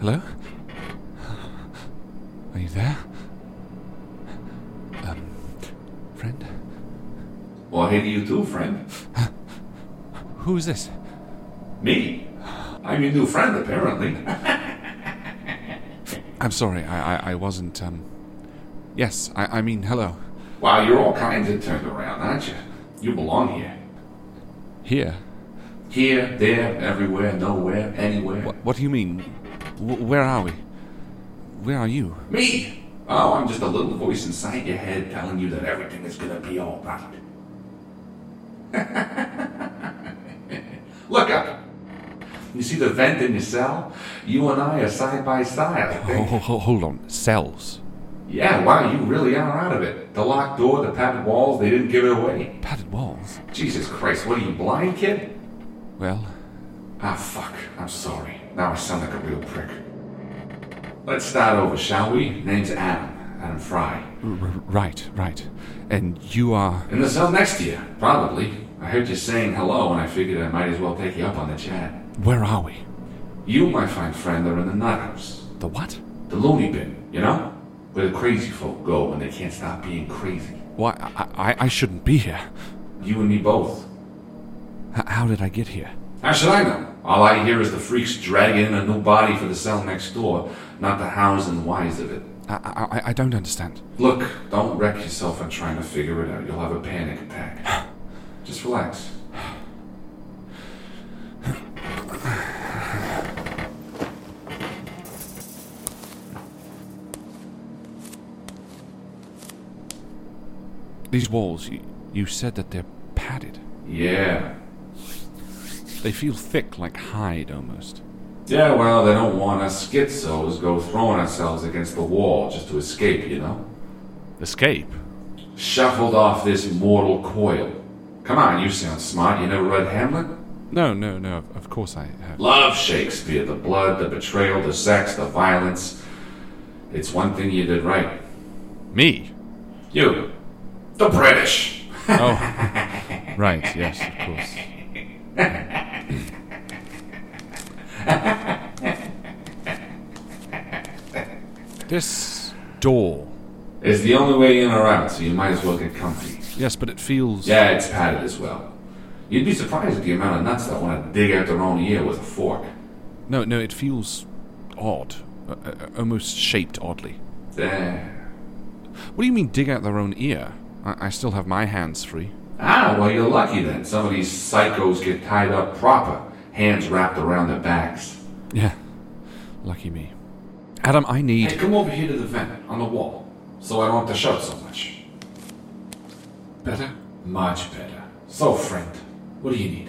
Hello? Are you there? Um, friend? What hit you too, friend? Who is this? Me? I'm your new friend, apparently. I'm sorry, I, I, I wasn't, um. Yes, I, I mean, hello. wow, you're all kinds of turned around, aren't you? You belong here. Here? Here, there, everywhere, nowhere, anywhere. What, what do you mean? W- where are we? Where are you? Me? Oh, I'm just a little voice inside your head telling you that everything is gonna be all right. Look up. You see the vent in your cell? You and I are side by side, I Ho- think. Oh, ho- ho- hold on, cells. Yeah, wow, you really are out of it. The locked door, the padded walls, they didn't give it away. Padded walls? Jesus Christ, what are you, blind, kid? Well, Ah, fuck. I'm sorry. Now I sound like a real prick. Let's start over, shall we? Name's Adam. Adam Fry. r- r- right, right. And you are. In the cell next to you, probably. I heard you saying hello, and I figured I might as well take you up on the chat. Where are we? You, my fine friend, are in the nut house. The what? The loony bin, you know? Where the crazy folk go when they can't stop being crazy. Why, I, I, I shouldn't be here. You and me both. H- how did I get here? How should I know? All I hear is the freaks dragging in a new body for the cell next door, not the hows and whys of it. I, I, I- I don't understand. Look, don't wreck yourself on trying to figure it out. You'll have a panic attack. Just relax. These walls, you, you said that they're padded. Yeah. They feel thick, like hide almost. Yeah, well, they don't want us schizos go throwing ourselves against the wall just to escape, you know? Escape? Shuffled off this mortal coil. Come on, you sound smart. You never read Hamlet? No, no, no, of- of course I uh, have. Love Shakespeare. The blood, the betrayal, the sex, the violence. It's one thing you did right. Me? You. The British. Oh. right, yes, of course. this door. It's the only way in or out, so you might as well get comfy. Yes, but it feels. Yeah, it's padded as well. You'd be surprised at the amount of nuts that want to dig out their own ear with a fork. No, no, it feels odd. Uh, uh, almost shaped oddly. There. What do you mean dig out their own ear? I, I still have my hands free. Ah, well, you're lucky then. Some of these psychos get tied up proper, hands wrapped around their backs. Yeah. Lucky me. Adam, I need. Hey, come over here to the vent on the wall, so I don't have to shout so much. Better? Much better. So, friend, what do you need?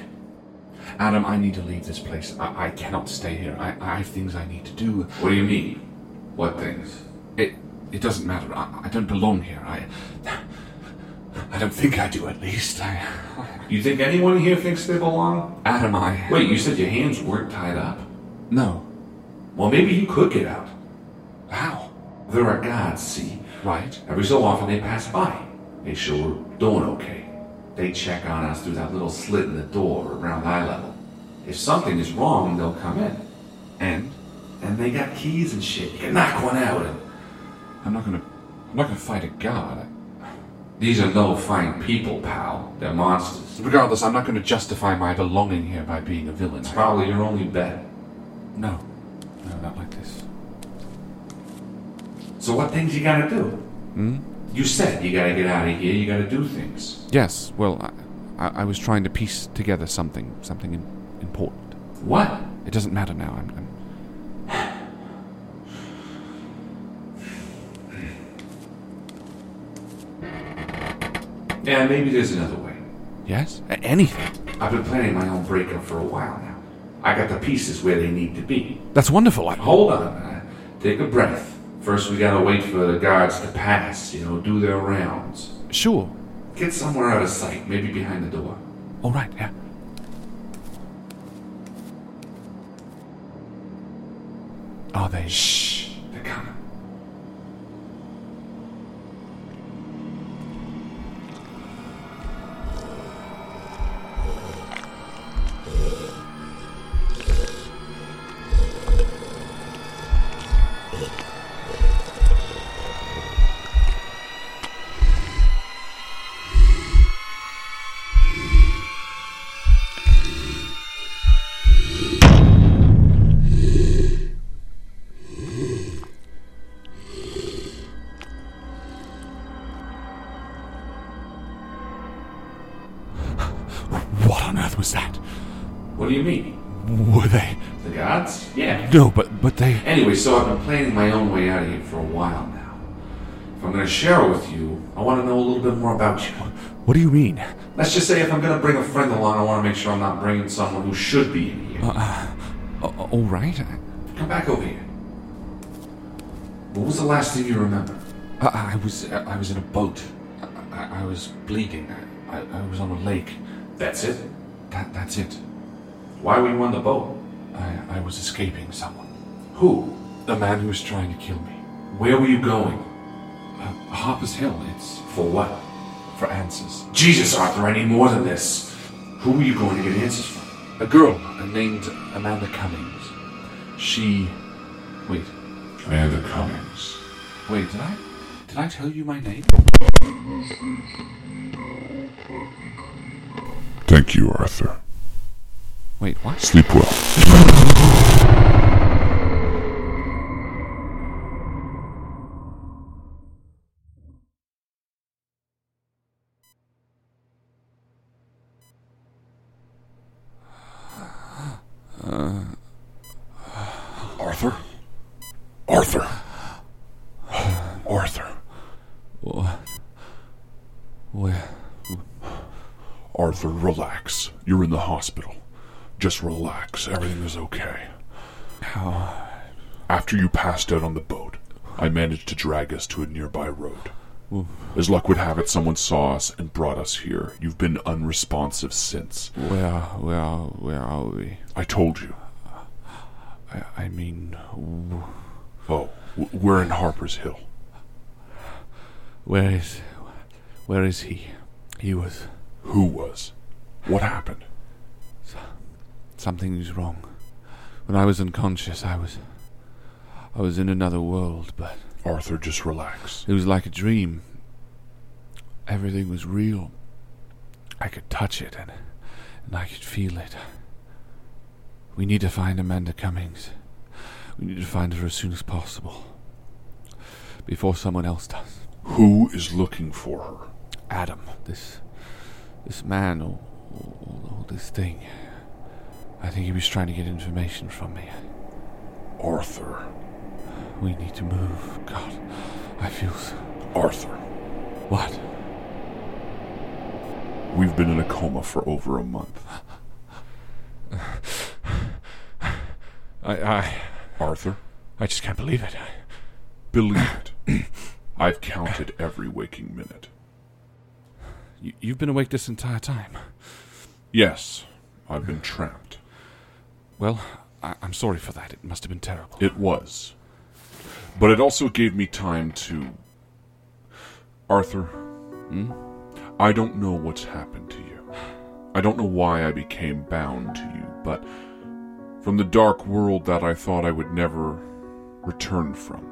Adam, I need to leave this place. I, I cannot stay here. I, I have things I need to do. What do you mean? What things? It it doesn't matter. I, I don't belong here. I I don't think I do. At least I. You think anyone here thinks they belong? Adam, I Wait, you said your hands weren't tied up? no. Well, maybe you could get out. How? There are guards, see? Right. Every so often they pass by. Make sure we're doing okay. They check on us through that little slit in the door around eye level. If something is wrong, they'll come in. And And they got keys and shit. You can knock one out and I'm not gonna. I'm not gonna fight a guard. These are no fine people, pal. They're monsters. Regardless, I'm not gonna justify my belonging here by being a villain. It's probably your only bet. No. No, not like this. So what things you gotta do? Hmm? You said you gotta get out of here. You gotta do things. Yes, well, I, I, I was trying to piece together something, something im- important. What? It doesn't matter now. I'm, I'm Yeah, maybe there's another way. yes, A- anything. I've been planning my own breakup for a while now. I got the pieces where they need to be. That's wonderful. I, Hold on. uh, Take a breath. First, we gotta wait for the guards to pass. You know, do their rounds. sure. Get somewhere out of sight. Maybe behind the door. All right. Yeah. Are they? Shh. They're coming. What on earth was that? What do you mean? Were they? The guards? Yeah. No, but but they. Anyway, so I've been planning my own way out of here for a while now. If I'm gonna share with you, I wanna know a little bit more about you. What do you mean? Let's just say if I'm gonna bring a friend along, I wanna make sure I'm not bringing someone who should be in here. A- a- all right. I, Come back over here. What was the last thing you remember? I, I was. I was in a boat. I, I, I was bleeding. I, I, I was on a lake. That's it. That. That's it. Why were you on the boat? I, I was escaping someone. Who? The man who was trying to kill me. Where were you going? Uh, Harper's Hill. It's For what? for answers. Jesus, Arthur, I need more than this. Who were you going to get answers from? A girl named Amanda Cummings. She. Wait. Amanda Cummings. Wait. Did I? Did I tell you my name? Thank you, Arthur. wait. What? Sleep well. Arthur. Arthur. Arthur. Where? Arthur, relax. You're in the hospital. Just relax. Everything is okay. How? After you passed out on the boat, I managed to drag us to a nearby road. As luck would have it, someone saw us and brought us here. You've been unresponsive since. Where? Where? Where are we? I told you. I, I mean, w- Oh, w- we're in Harper's Hill. where is? Where is he? He was. Who was? What happened? Something's wrong. When I was unconscious, I was. I was in another world, but Arthur, just relax. it was like a dream. Everything was real. I could touch it and, and I could feel it. We need to find Amanda Cummings. We need to find her as soon as possible. Before someone else does. Who is looking for her? Adam, this this man or, or, or this thing. I think he was trying to get information from me. Arthur. We need to move. God, I feel so. Arthur. What? We've been in a coma for over a month. I, I, Arthur, I just can't believe it. believe it. I've counted every waking minute. You, you've been awake this entire time. Yes, I've been trapped. Well, I, I'm sorry for that. It must have been terrible. It was. But it also gave me time to. Arthur, hmm? I don't know what's happened to you. I don't know why I became bound to you, but from the dark world that I thought I would never return from,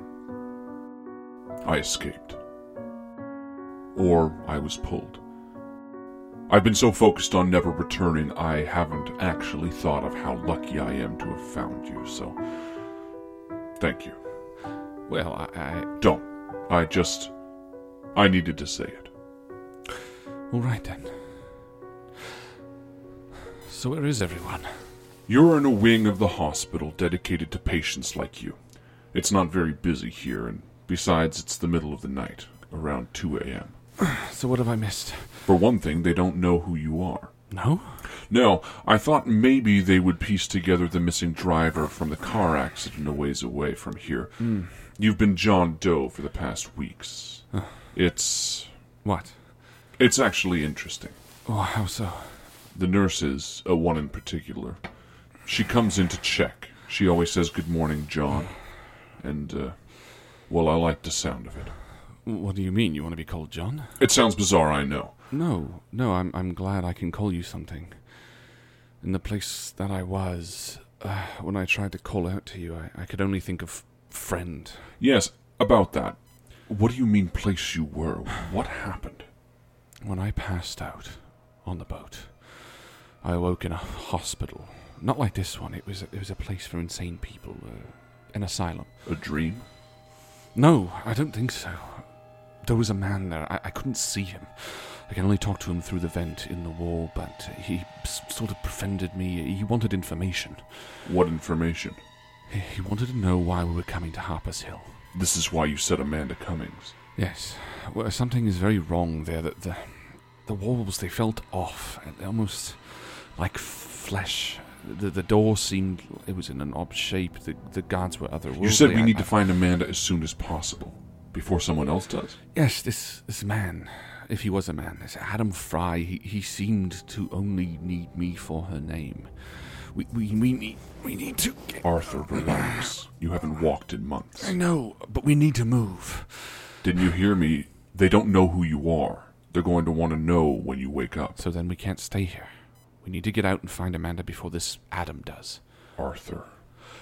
I escaped. Or I was pulled. I've been so focused on never returning, I haven't actually thought of how lucky I am to have found you, so. Thank you. Well, I, I. Don't. I just. I needed to say it. All right then. So where is everyone? You're in a wing of the hospital dedicated to patients like you. It's not very busy here, and besides, it's the middle of the night, around 2 a.m. So what have I missed? For one thing, they don't know who you are. No? No, I thought maybe they would piece together the missing driver from the car accident a ways away from here. You've been John Doe for the past weeks. It's. What? It's actually interesting. Oh, how so? The nurses, uh, one in particular, she comes in to check. She always says, Good morning, John. And, uh, well, I like the sound of it. What do you mean? You want to be called John? It sounds bizarre, I know. No, no, I'm, I'm glad I can call you something. In the place that I was, uh, when I tried to call out to you, I, I could only think of friend. Yes, about that. What do you mean, place you were? What happened? When I passed out on the boat, I awoke in a hospital. Not like this one, it was, it was a place for insane people, uh, an asylum. A dream? No, I don't think so. There was a man there. I, I couldn't see him. I can only talk to him through the vent in the wall, but he s- sort of befriended me. He wanted information. What information? He, he wanted to know why we were coming to Harper's Hill. This is why you said Amanda Cummings. Yes, well, something is very wrong there. That the the walls they felt off, and almost like flesh. The, the door seemed it was in an odd shape. The the guards were otherworldly. You said we I- need I- to find Amanda as soon as possible, before someone else does. Yes, this this man, if he was a man, this Adam Fry, he, he seemed to only need me for her name. We we, we need we need to. Get, Arthur, relax. You haven't walked in months. I know, but we need to move. Didn't you hear me? They don't know who you are. They're going to want to know when you wake up. So then we can't stay here. We need to get out and find Amanda before this Adam does. Arthur.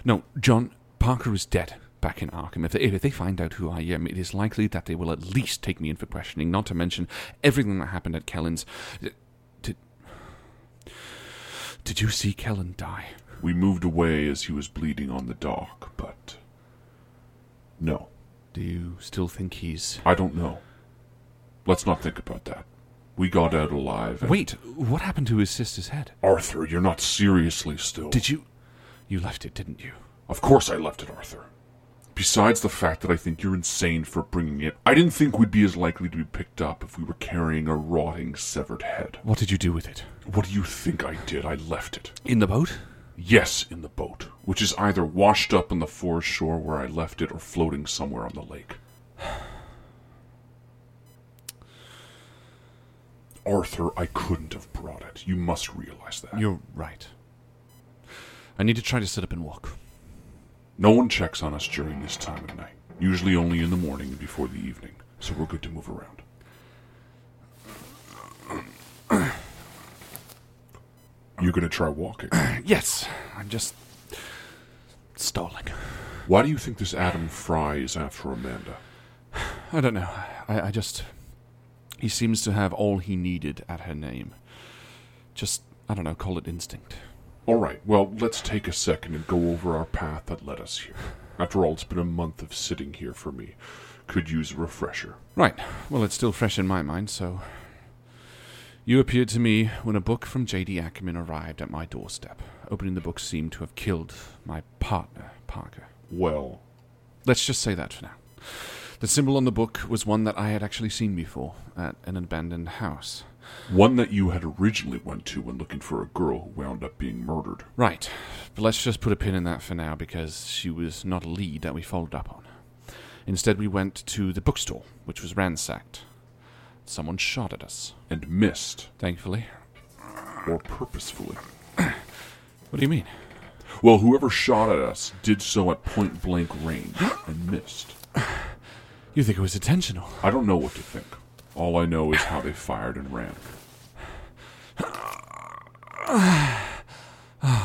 No, John Parker is dead. Back in Arkham, if they, if they find out who I am, it is likely that they will at least take me in for questioning. Not to mention everything that happened at Kellen's. Did did you see Kellen die? We moved away as he was bleeding on the dock, but. No, Do you still think he's. I don't know. Let's not think about that. We got out alive. and- Wait, what happened to his sister's head? Arthur, you're not seriously still. Did you. You left it, didn't you? Of course I left it, Arthur. Besides the fact that I think you're insane for bringing it, I didn't think we'd be as likely to be picked up if we were carrying a rotting, severed head. What did you do with it? What do you think I did? I left it. In the boat? Yes, in the boat, which is either washed up on the foreshore where I left it or floating somewhere on the lake. Arthur, I couldn't have brought it. You must realize that. You're right. I need to try to sit up and walk. No one checks on us during this time of night, usually only in the morning and before the evening, so we're good to move around. You're going to try walking. Yes, I'm just. stalling. Why do you think this Adam Fry is after Amanda? I don't know. I, I just. He seems to have all he needed at her name. Just, I don't know, call it instinct. All right, well, let's take a second and go over our path that led us here. After all, it's been a month of sitting here for me. Could use a refresher. Right. Well, it's still fresh in my mind, so. You appeared to me when a book from J.D. Ackerman arrived at my doorstep. Opening the book seemed to have killed my partner, Parker. Well, Let's just say that for now. The symbol on the book was one that I had actually seen before at an abandoned house. one that you had originally went to when looking for a girl who wound up being murdered. Right, but let's just put a pin in that for now because she was not a lead that we followed up on. Instead, we went to the bookstore, which was ransacked. Someone shot at us, And missed, thankfully. or purposefully. What do you mean? Well, whoever shot at us did so at point blank range and missed. You think it was intentional? I don't know what to think. All I know is how they fired and ran.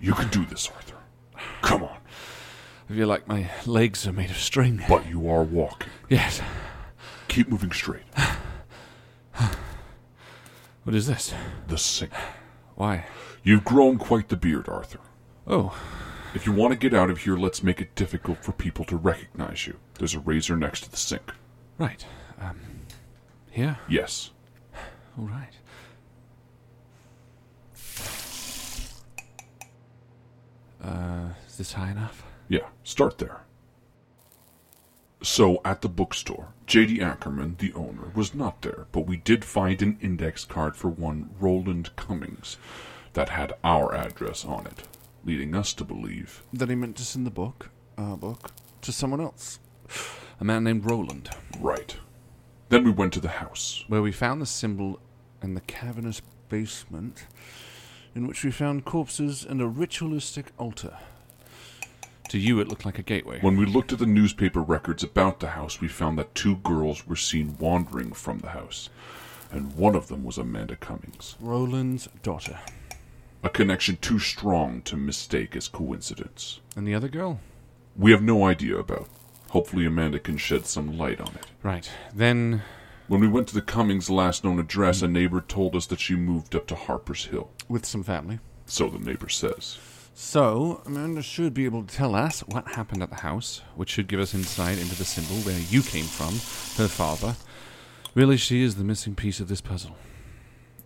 You can do this, Arthur. Come on. I feel like my legs are made of string. But you are walking. Yes. Keep moving straight. What is this? The sink. Why? You've grown quite the beard, Arthur. Oh, If you want to get out of here, let's make it difficult for people to recognize you. There's a razor next to the sink. right. Um, here? Yes. All right. Uh, is this high enough? Yeah, start there. So, at the bookstore, J.D. Ackerman, the owner, was not there, but we did find an index card for one Roland Cummings that had our address on it, leading us to believe. That he meant to send the book, our book, to someone else. A man named Roland, Right. Then we went to the house. where we found the symbol in the cavernous basement, in which we found corpses and a ritualistic altar. To you, it looked like a gateway. When we looked at the newspaper records about the house, we found that two girls were seen wandering from the house, and one of them was Amanda Cummings. Roland's daughter. A connection too strong to mistake as coincidence. And the other girl? We have no idea about. Hopefully, Amanda can shed some light on it. Right. Then When we went to the Cummings' last known address, a neighbor told us that she moved up to Harper's Hill. with some family. So the neighbor says. So, Amanda should be able to tell us what happened at the house, which should give us insight into the symbol where you came from, her father. Really, she is the missing piece of this puzzle.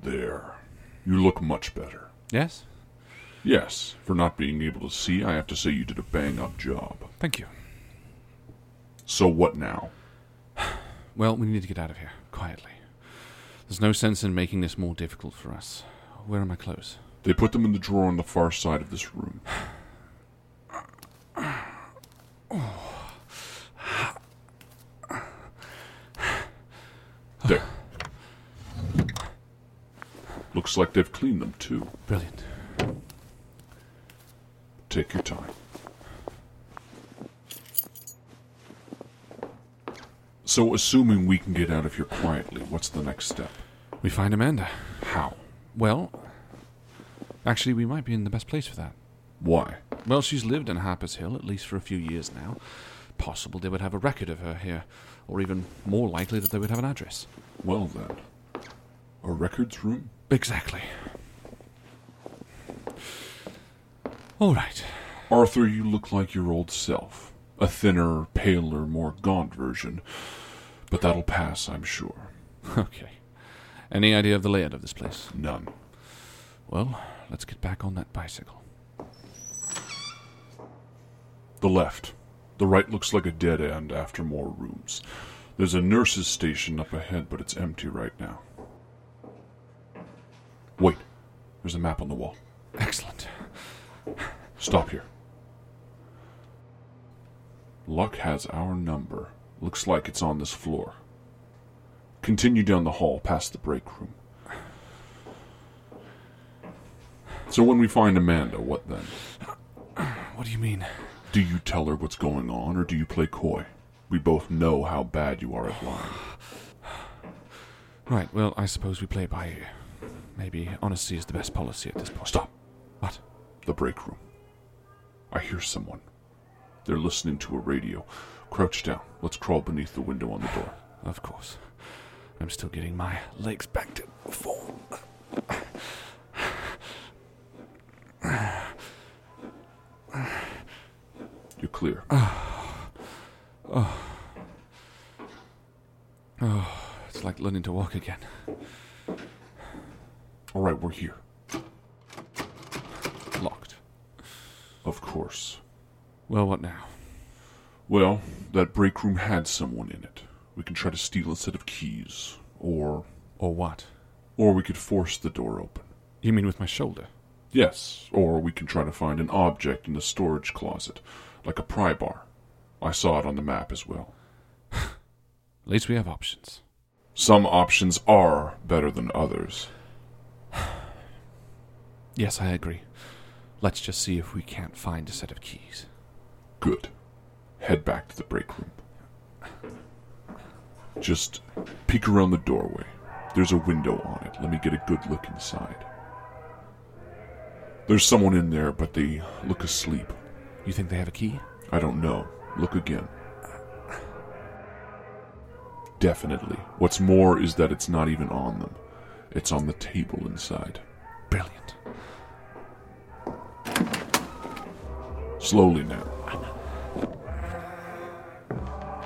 There. You look much better. Yes? Yes, for not being able to see, I have to say you did a bang up job. Thank you. So what now? Well, we need to get out of here, quietly. There's no sense in making this more difficult for us. Where are my clothes? They put them in the drawer on the far side of this room. There. Looks like they've cleaned them too. Brilliant. Take your time. So, assuming we can get out of here quietly, what's the next step? We find Amanda. How? Well, actually, we might be in the best place for that. Why? Well, she's lived in Harper's Hill at least for a few years now. Possible they would have a record of her here, or even more likely that they would have an address. Well, then. A records room? Exactly. All right. Arthur, you look like your old self. A thinner, paler, more gaunt version. But that'll pass, I'm sure. Okay. Any idea of the layout of this place? None. Well, let's get back on that bicycle. The left. The right looks like a dead end after more rooms. There's a nurse's station up ahead, but it's empty right now. Wait. There's a map on the wall. Excellent. Stop here. Luck has our number. Looks like it's on this floor. Continue down the hall past the break room. So when we find Amanda, what then? What do you mean? Do you tell her what's going on or do you play coy? We both know how bad you are at lying. Right, well, I suppose we play it by ear. Maybe honesty is the best policy at this point. Stop. What? The break room. I hear someone. They're listening to a radio. Crouch down. Let's crawl beneath the window on the door. Of course. I'm still getting my legs back to form. You're clear. It's like learning to walk again. All right, we're here. Locked. Of course. Well, what now? Well, that break room had someone in it. We can try to steal a set of keys, or Or what? or we could force the door open. You mean with my shoulder? Yes, or we can try to find an object in the storage closet, like a pry bar. I saw it on the map as well. At least we have options. Some options are better than others. Yes, I agree. Let's just see if we can't find a set of keys. Good. Head back to the break room. Just peek around the doorway. There's a window on it. Let me get a good look inside. There's someone in there, but they look asleep. You think they have a key? I don't know. Look again. Definitely. What's more is that it's not even on them, it's on the table inside. Brilliant. Slowly now.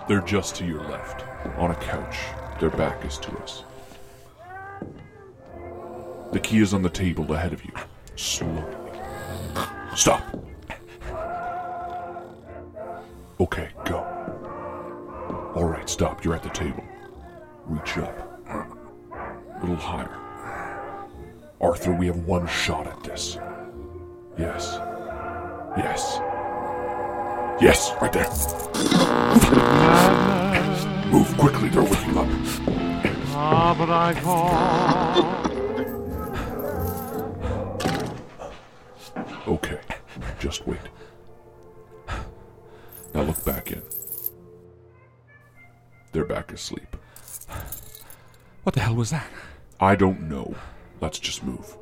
They're just to your left, on a couch. Their back is to us. The key is on the table ahead of you. Slowly. Stop! Okay, go. Alright, stop. You're at the table. Reach up. A little higher. Arthur, we have one shot at this. Yes. Yes. Yes, right there. Move quickly, they're waking up. Okay, just wait. Now look back in. They're back asleep. What the hell was that? I don't know. Let's just move.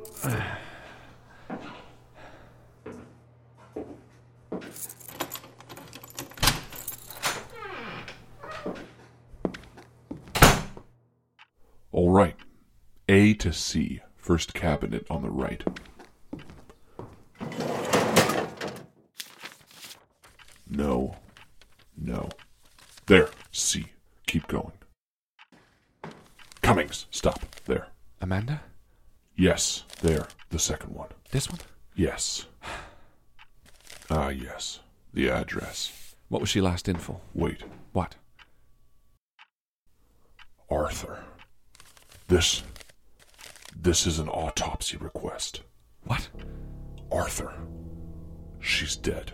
All right. A to C, first cabinet on the right. No. No. There. C. Keep going. Cummings, stop. There. Amanda? Yes, there. The second one. This one? Yes. Ah, yes. The address. What was she last in for? Wait. What? Arthur. This. This is an autopsy request. What? Arthur. She's dead.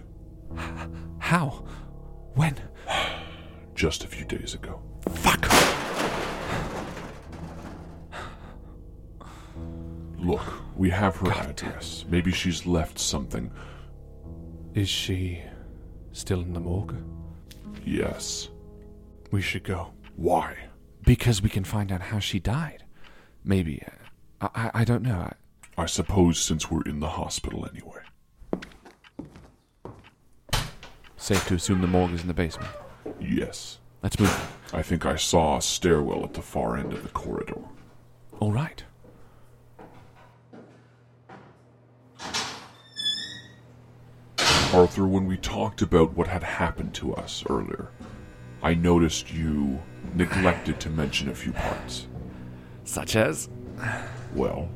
How? When? Just a few days ago. Fuck! Look, we have her address. Maybe she's left something. Is she still in the morgue? Yes. We should go. Why? Because we can find out how she died. Maybe. I, I, I don't know. I, I suppose since we're in the hospital anyway. safe to assume the morgue is in the basement. Yes. Let's move. I think I saw a stairwell at the far end of the corridor. All right. Arthur, when we talked about what had happened to us earlier, I noticed you neglected to mention a few parts. Such as? Well,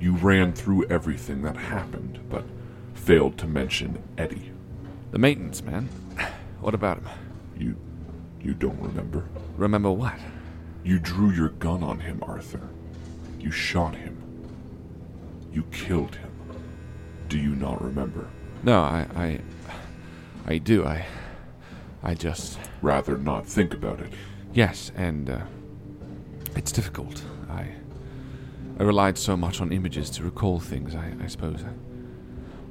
you ran through everything that happened, but failed to mention Eddie. The maintenance man. What about him? You you don't remember? Remember what? You drew your gun on him, Arthur. You shot him. You killed him. Do you not remember? No, I. I, I do. I. I just. Rather not think about it. Yes, and uh, it's difficult. I I relied so much on images to recall things. I, I suppose,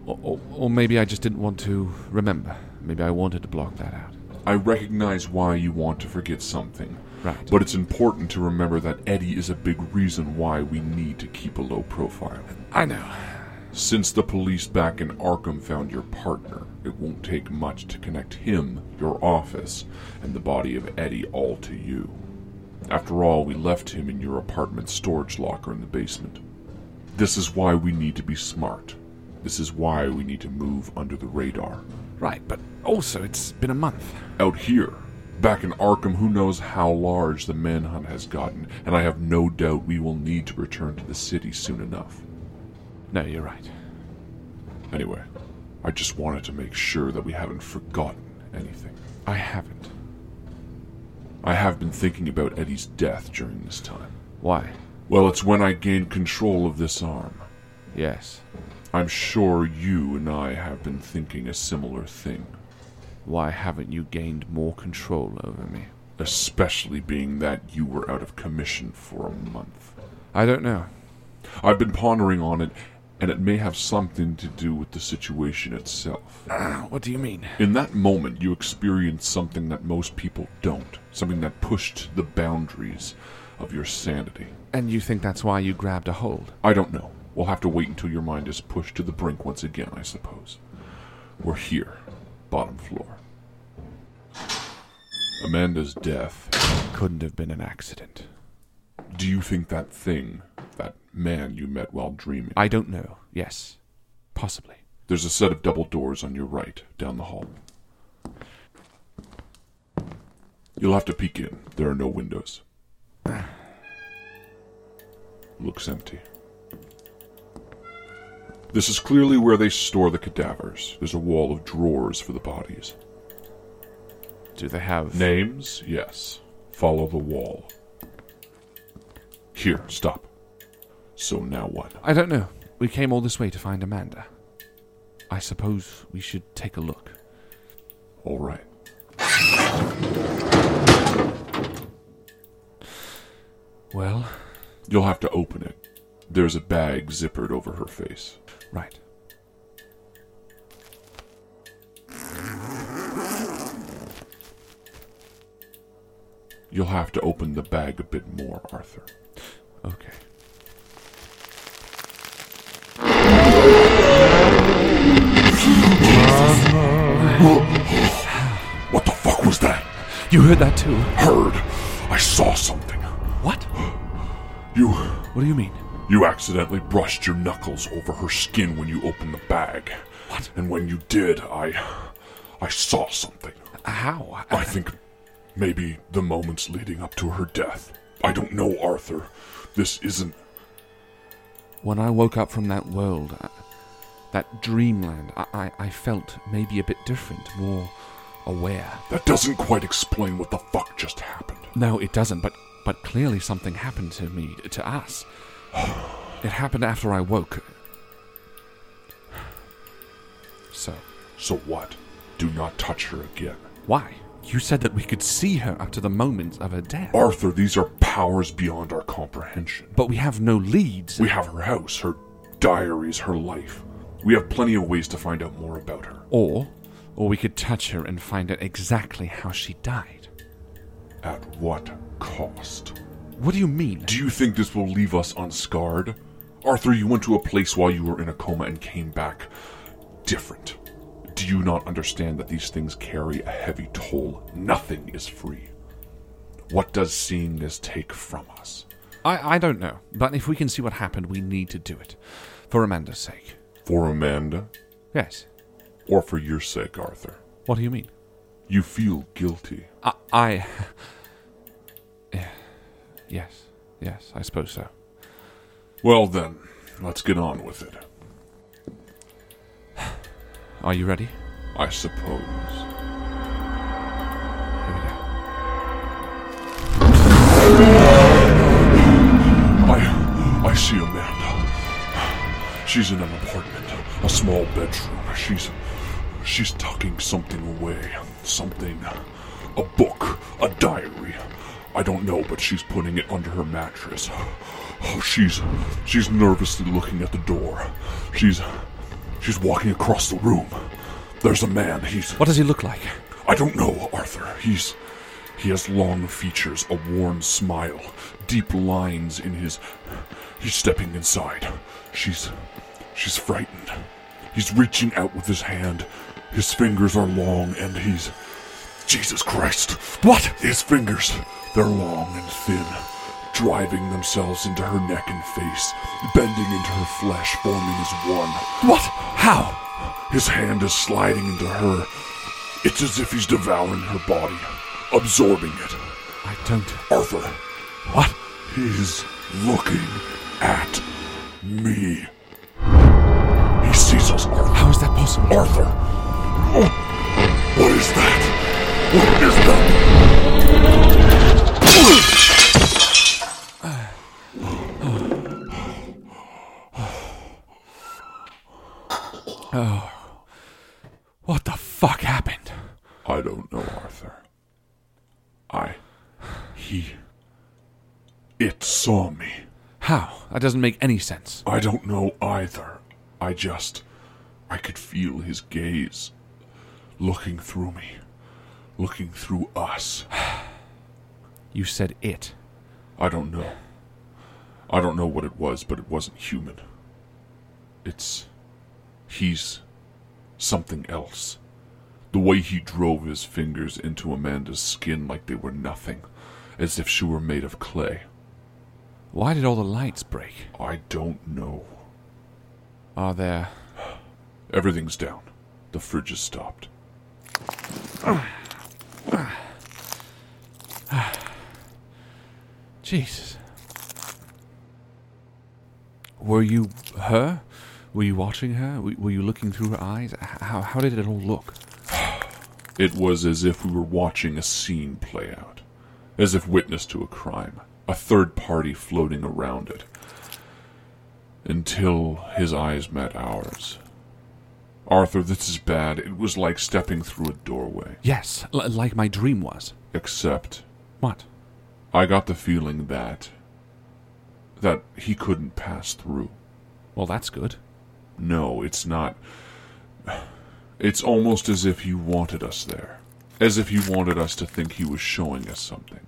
or, or, or maybe I just didn't want to remember. Maybe I wanted to block that out. I recognize why you want to forget something. Right. But it's important to remember that Eddie is a big reason why we need to keep a low profile. I know. Since the police back in Arkham found your partner, it won't take much to connect him, your office, and the body of Eddie all to you. After all, we left him in your apartment storage locker in the basement. This is why we need to be smart. This is why we need to move under the radar. Right, but also it's been a month. Out here, back in Arkham, who knows how large the manhunt has gotten, and I have no doubt we will need to return to the city soon enough. No, you're right. Anyway, I just wanted to make sure that we haven't forgotten anything. I haven't. I have been thinking about Eddie's death during this time. Why? Well, it's when I gained control of this arm. Yes. I'm sure you and I have been thinking a similar thing, Why haven't you gained more control over me? especially being that you were out of commission for a month. I don't know. I've been pondering on it, and it may have something to do with the situation itself. Ah, what do you mean? In that moment, you experience something that most people don't, something that pushed the boundaries of your sanity. And you think that's why you grabbed a hold? I don't know. We'll have to wait until your mind is pushed to the brink once again, I suppose. We're here, bottom floor. Amanda's death. Couldn't have been an accident. Do you think that thing, that man you met while dreaming? I don't know. Yes. Possibly. There's a set of double doors on your right, down the hall. You'll have to peek in. There are no windows. Looks empty. This is clearly where they store the cadavers. There's a wall of drawers for the bodies. Do they have. Names? Yes. Follow the wall. Here, stop. So now what? I don't know. We came all this way to find Amanda. I suppose we should take a look. All right. Well, You'll have to open it. There's a bag zippered over her face. right. You'll have to open the bag a bit more, Arthur. Okay. What the fuck was that? You heard that too? Heard. I saw something. What? You. What do you mean? You accidentally brushed your knuckles over her skin when you opened the bag. What? And when you did, I. I saw something. How? I think maybe the moments leading up to her death. I don't know, Arthur. This isn't. When I woke up from that world, I, that dreamland, I, I, I felt maybe a bit different, more aware. That doesn't quite explain what the fuck just happened. No, it doesn't, but, but clearly something happened to me, to us. It happened after I woke. So, So what? Do not touch her again. why? You said that we could see her up to the moment of her death. Arthur, these are powers beyond our comprehension. but we have no leads. We have her house, her diaries, her life. We have plenty of ways to find out more about her. or, or we could touch her and find out exactly how she died. At what cost? What do you mean? Do you think this will leave us unscarred? Arthur, you went to a place while you were in a coma and came back different. Do you not understand that these things carry a heavy toll? Nothing is free. What does seeing this take from us? I, I don't know, but if we can see what happened, we need to do it. For Amanda's sake. For Amanda, Yes. or for your sake, Arthur? What do you mean? You feel guilty. I. I Yeah. yes. Yes, I suppose so. Well then, let's get on with it. Are you ready? I suppose. Here we go. I, I see Amanda. She's in an apartment, a small bedroom. She's, she's tucking something away, something, a book, a diary. I don't know, but she's putting it under her mattress. Oh, she's, she's nervously looking at the door. She's, she's walking across the room. There's a man. He's. What does he look like? I don't know, Arthur. He's. He has long features, a worn smile, deep lines in his. He's stepping inside. She's. She's frightened. He's reaching out with his hand. His fingers are long and he's. Jesus Christ! What? His fingers! They're long and thin, driving themselves into her neck and face, bending into her flesh, forming as one. What? How? His hand is sliding into her. It's as if he's devouring her body, absorbing it. I don't. Arthur, What? he's looking at me. He sees us, Arthur. How is that possible? Arthur! Oh, what is that? What is that? What the fuck happened? I don't know, Arthur. I. He. It saw me. How? That doesn't make any sense. I don't know either. I just. I could feel his gaze looking through me, looking through us. You said it. I don't know. I don't know what it was, but it wasn't human. It's. He's. something else. The way he drove his fingers into Amanda's skin like they were nothing, as if she were made of clay. Why did all the lights break? I don't know. Are there. Everything's down. The fridge is stopped. Jesus. Were you her? Were you watching her? Were were you looking through her eyes? H- How, how did it all look? It was as if we were watching a scene play out, as if witness to a crime, a third party floating around it. Until his eyes met ours. Arthur, this is bad. It was like stepping through a doorway. Yes, l- like my dream was. Except, What? I got the feeling that. that he couldn't pass through. Well, that's good. No, it's not. It's almost as if he wanted us there. As if he wanted us to think he was showing us something.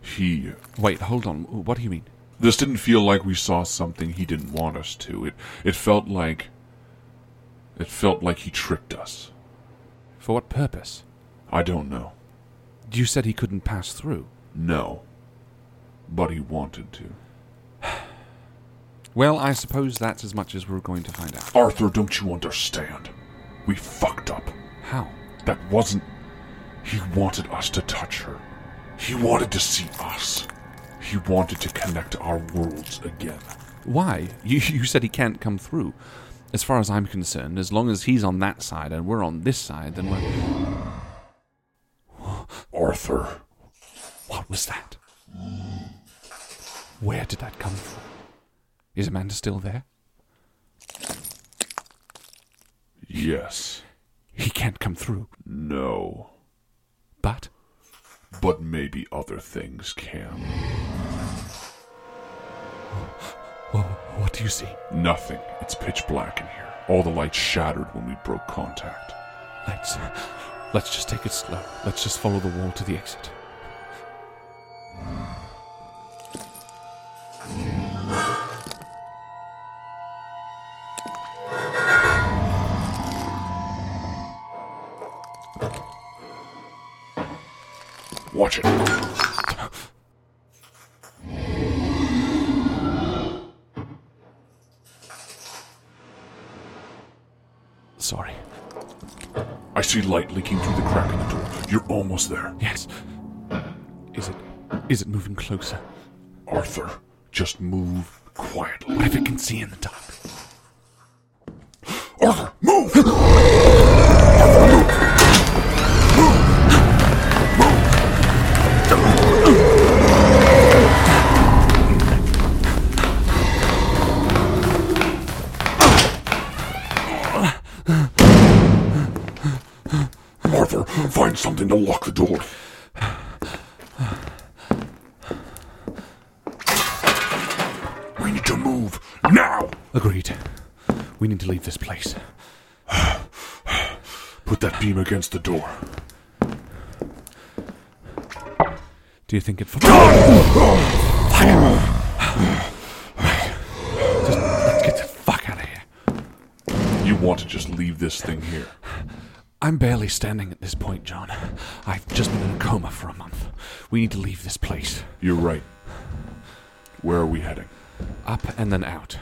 He. Wait, hold on. W- What do you mean? This didn't feel like we saw something he didn't want us to. It, it felt like. It felt like he tricked us. For what purpose? I don't know. You said he couldn't pass through. No. But he wanted to. Well, I suppose that's as much as we're going to find out. Arthur, don't you understand? We fucked up. How? That wasn't. He wanted us to touch her. He wanted to see us. He wanted to connect our worlds again. Why? You, you said he can't come through. As far as I'm concerned, as long as he's on that side and we're on this side, then we're. Arthur. What was that? Where did that come from? Is Amanda still there? Yes. He can't come through. No. But But maybe other things can. Whoa, what do you see? Nothing. It's pitch black in here. All the lights shattered when we broke contact. Let's let's just take it slow. Let's just follow the wall to the exit. Watch it. Sorry. I see light leaking through the crack in the door. You're almost there. Yes. Is it is it moving closer? Arthur, just move quietly. What if it can see in the dark? Arthur, move! Arthur, find something to lock the door. We need to move now. Agreed. We need to leave this place. Put that beam against the door. Do you think it? Fo- Fire! Just let's get the fuck out of here. You want to just leave this thing here? I'm barely standing at this point, John. I've just been in a coma for a month. We need to leave this place. You're right. Where are we heading? Up and then out.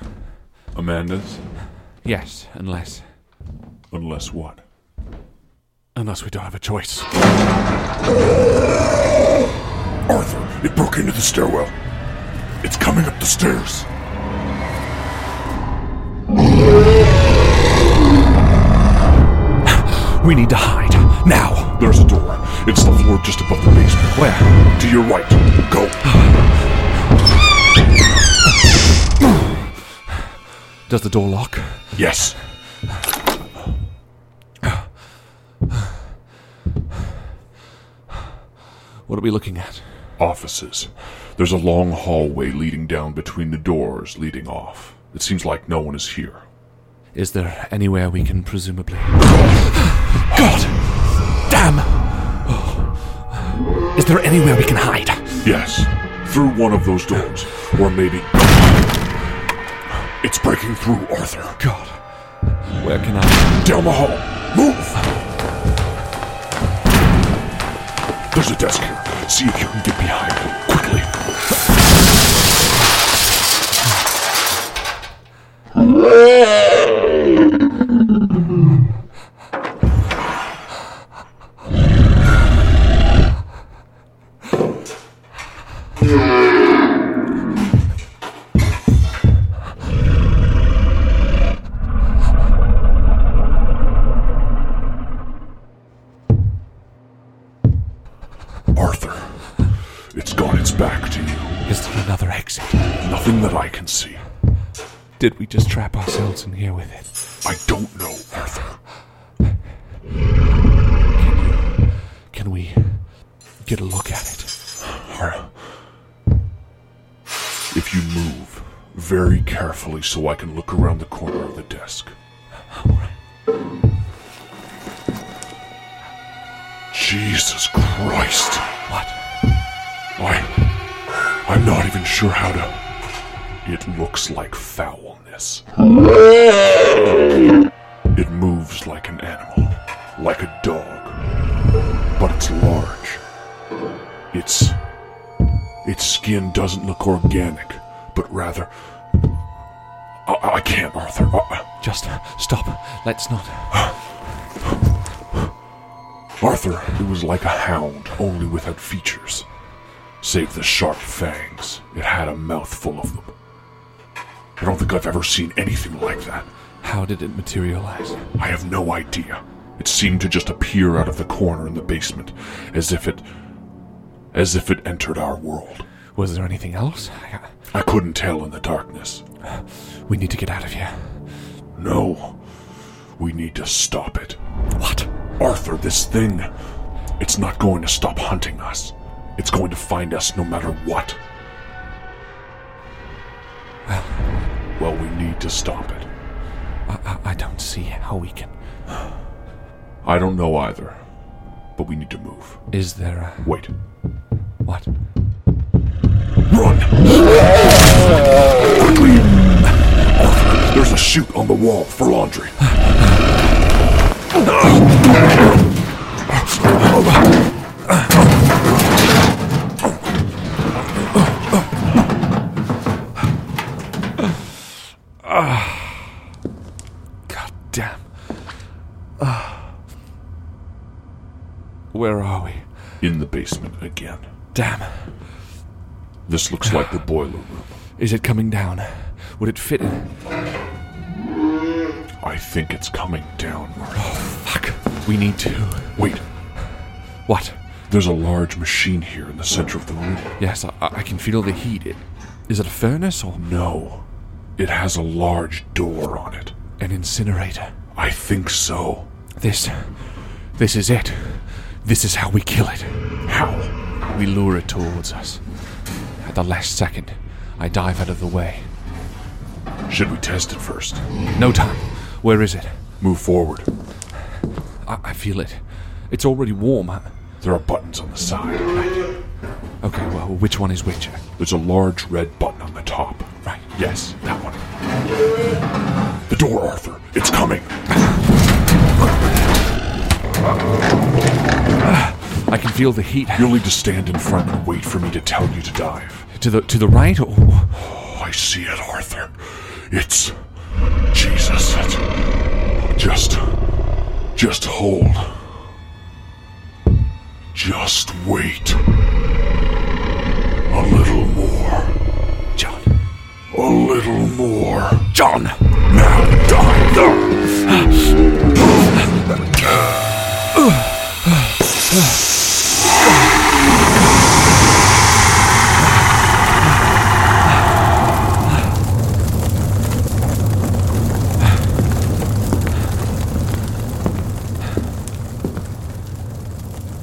Amanda's? Yes, unless Unless what? unless we don't have a choice. Arthur, it broke into the stairwell. It's coming up the stairs. We need to hide now. There's a door. It's the floor just above the basement. Where? To your right. Go. Does the door lock? Yes. What are we looking at? Offices. There's a long hallway leading down between the doors, leading off. It seems like no one is here. Is there anywhere we can presumably. God! Damn! Oh. Is there anywhere we can hide? Yes, through one of those doors. Or maybe. It's breaking through, Arthur. God. Where can I? Down the hall. Move! There's a desk here. See if you can get behind it. Quickly. Arthur, it's got its back to you. Is there another exit? Nothing that I can see. Did we just trap ourselves in here with it? I don't know, Arthur. Can we get a look at it? Alright. If you move very carefully so I can look around the corner of the desk. Jesus Christ. What? I. I'm not even sure how to. It looks like foulness. It moves like an animal, like a dog. But it's large. Its. Its skin doesn't look organic, but rather. I, I can't, Arthur. I- Just stop. Let's not. Arthur, it was like a hound, only without features. Save the sharp fangs, it had a mouthful of them. I don't think I've ever seen anything like that. How did it materialize? I have no idea. It seemed to just appear out of the corner in the basement, as if it. as if it entered our world. Was there anything else? I- I couldn't tell in the darkness. We need to get out of here. No. We need to stop it. What? Arthur, this thing. It's not going to stop hunting us. It's going to find us no matter what. Well, we need to stop it. I, I, I don't see how we can. I don't know either, but we need to move. Is there a. Wait. What? Run! Quickly! Arthur, there's a chute on the wall for laundry. God damn. Ah. Where are we? In the basement again. Damn. This looks like the boiler room. Is it coming down? Would it fit in? I think it's coming down, Murray. Oh, Fuck. We need to. Wait, What? there's a large machine here in the center of the room. Yes, I, I can feel the heat. It, is it a furnace or No, it has a large door on it. an incinerator? I think so. This. This is it. This is how we kill it. How? We lure it towards us. At the last second, I dive out of the way. Should we test it first? No time. Where is it? Move forward. I, I feel it. It's already warm. I- There are buttons on the side. Okay, well, which one is which? There's a large red button on the top. Right. Yes, that one. The door, Arthur. It's coming. I can feel the heat. You'll need to stand in front and wait for me to tell you to dive. To the to the right or Oh, I see it, Arthur. It's Jesus. It, just, just hold. Just wait. A little more. John. A little more. John! Now dive. No.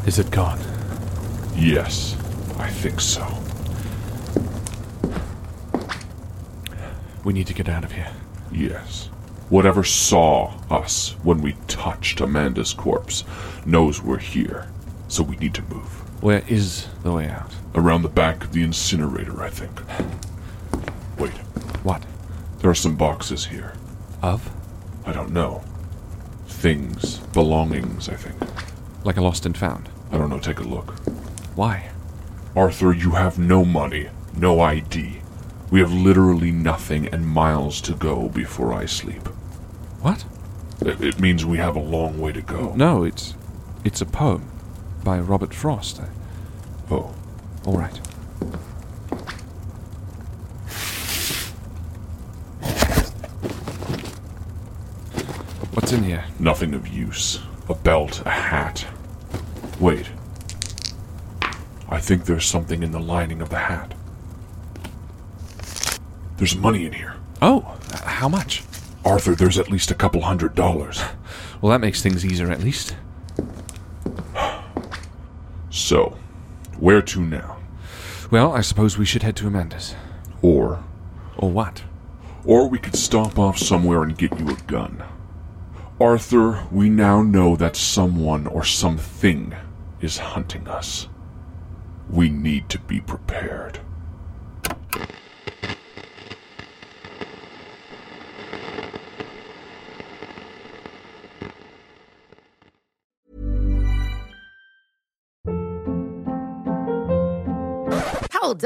Is it gone? Yes, I think so. We need to get out of here. Yes. Whatever saw us when we touched Amanda's corpse knows we're here, so we need to move. Where is the way out? Around the back of the incinerator, I think. Wait, What? there are some boxes here. Of? I don't know. Things, belongings, I think. Like a lost and found. I don't know, take a look. Why? Arthur, you have no money, no ID. We have literally nothing and miles to go before I sleep. What? It, it means we have a long way to go. No, it's it's a poem by Robert Frost. I- Oh, All right. What's in here? nothing of use. A belt, a hat. Wait. I think there's something in the lining of the hat. There's money in here. Oh, uh, how much? Arthur, there's at least a couple hundred dollars. Well, that makes things easier at least. So, where to now? Well, I suppose we should head to Amanda's. Or Or what? Or we could stop off somewhere and get you a gun. Arthur, we now know that someone or something is hunting us. We need to be prepared. Hold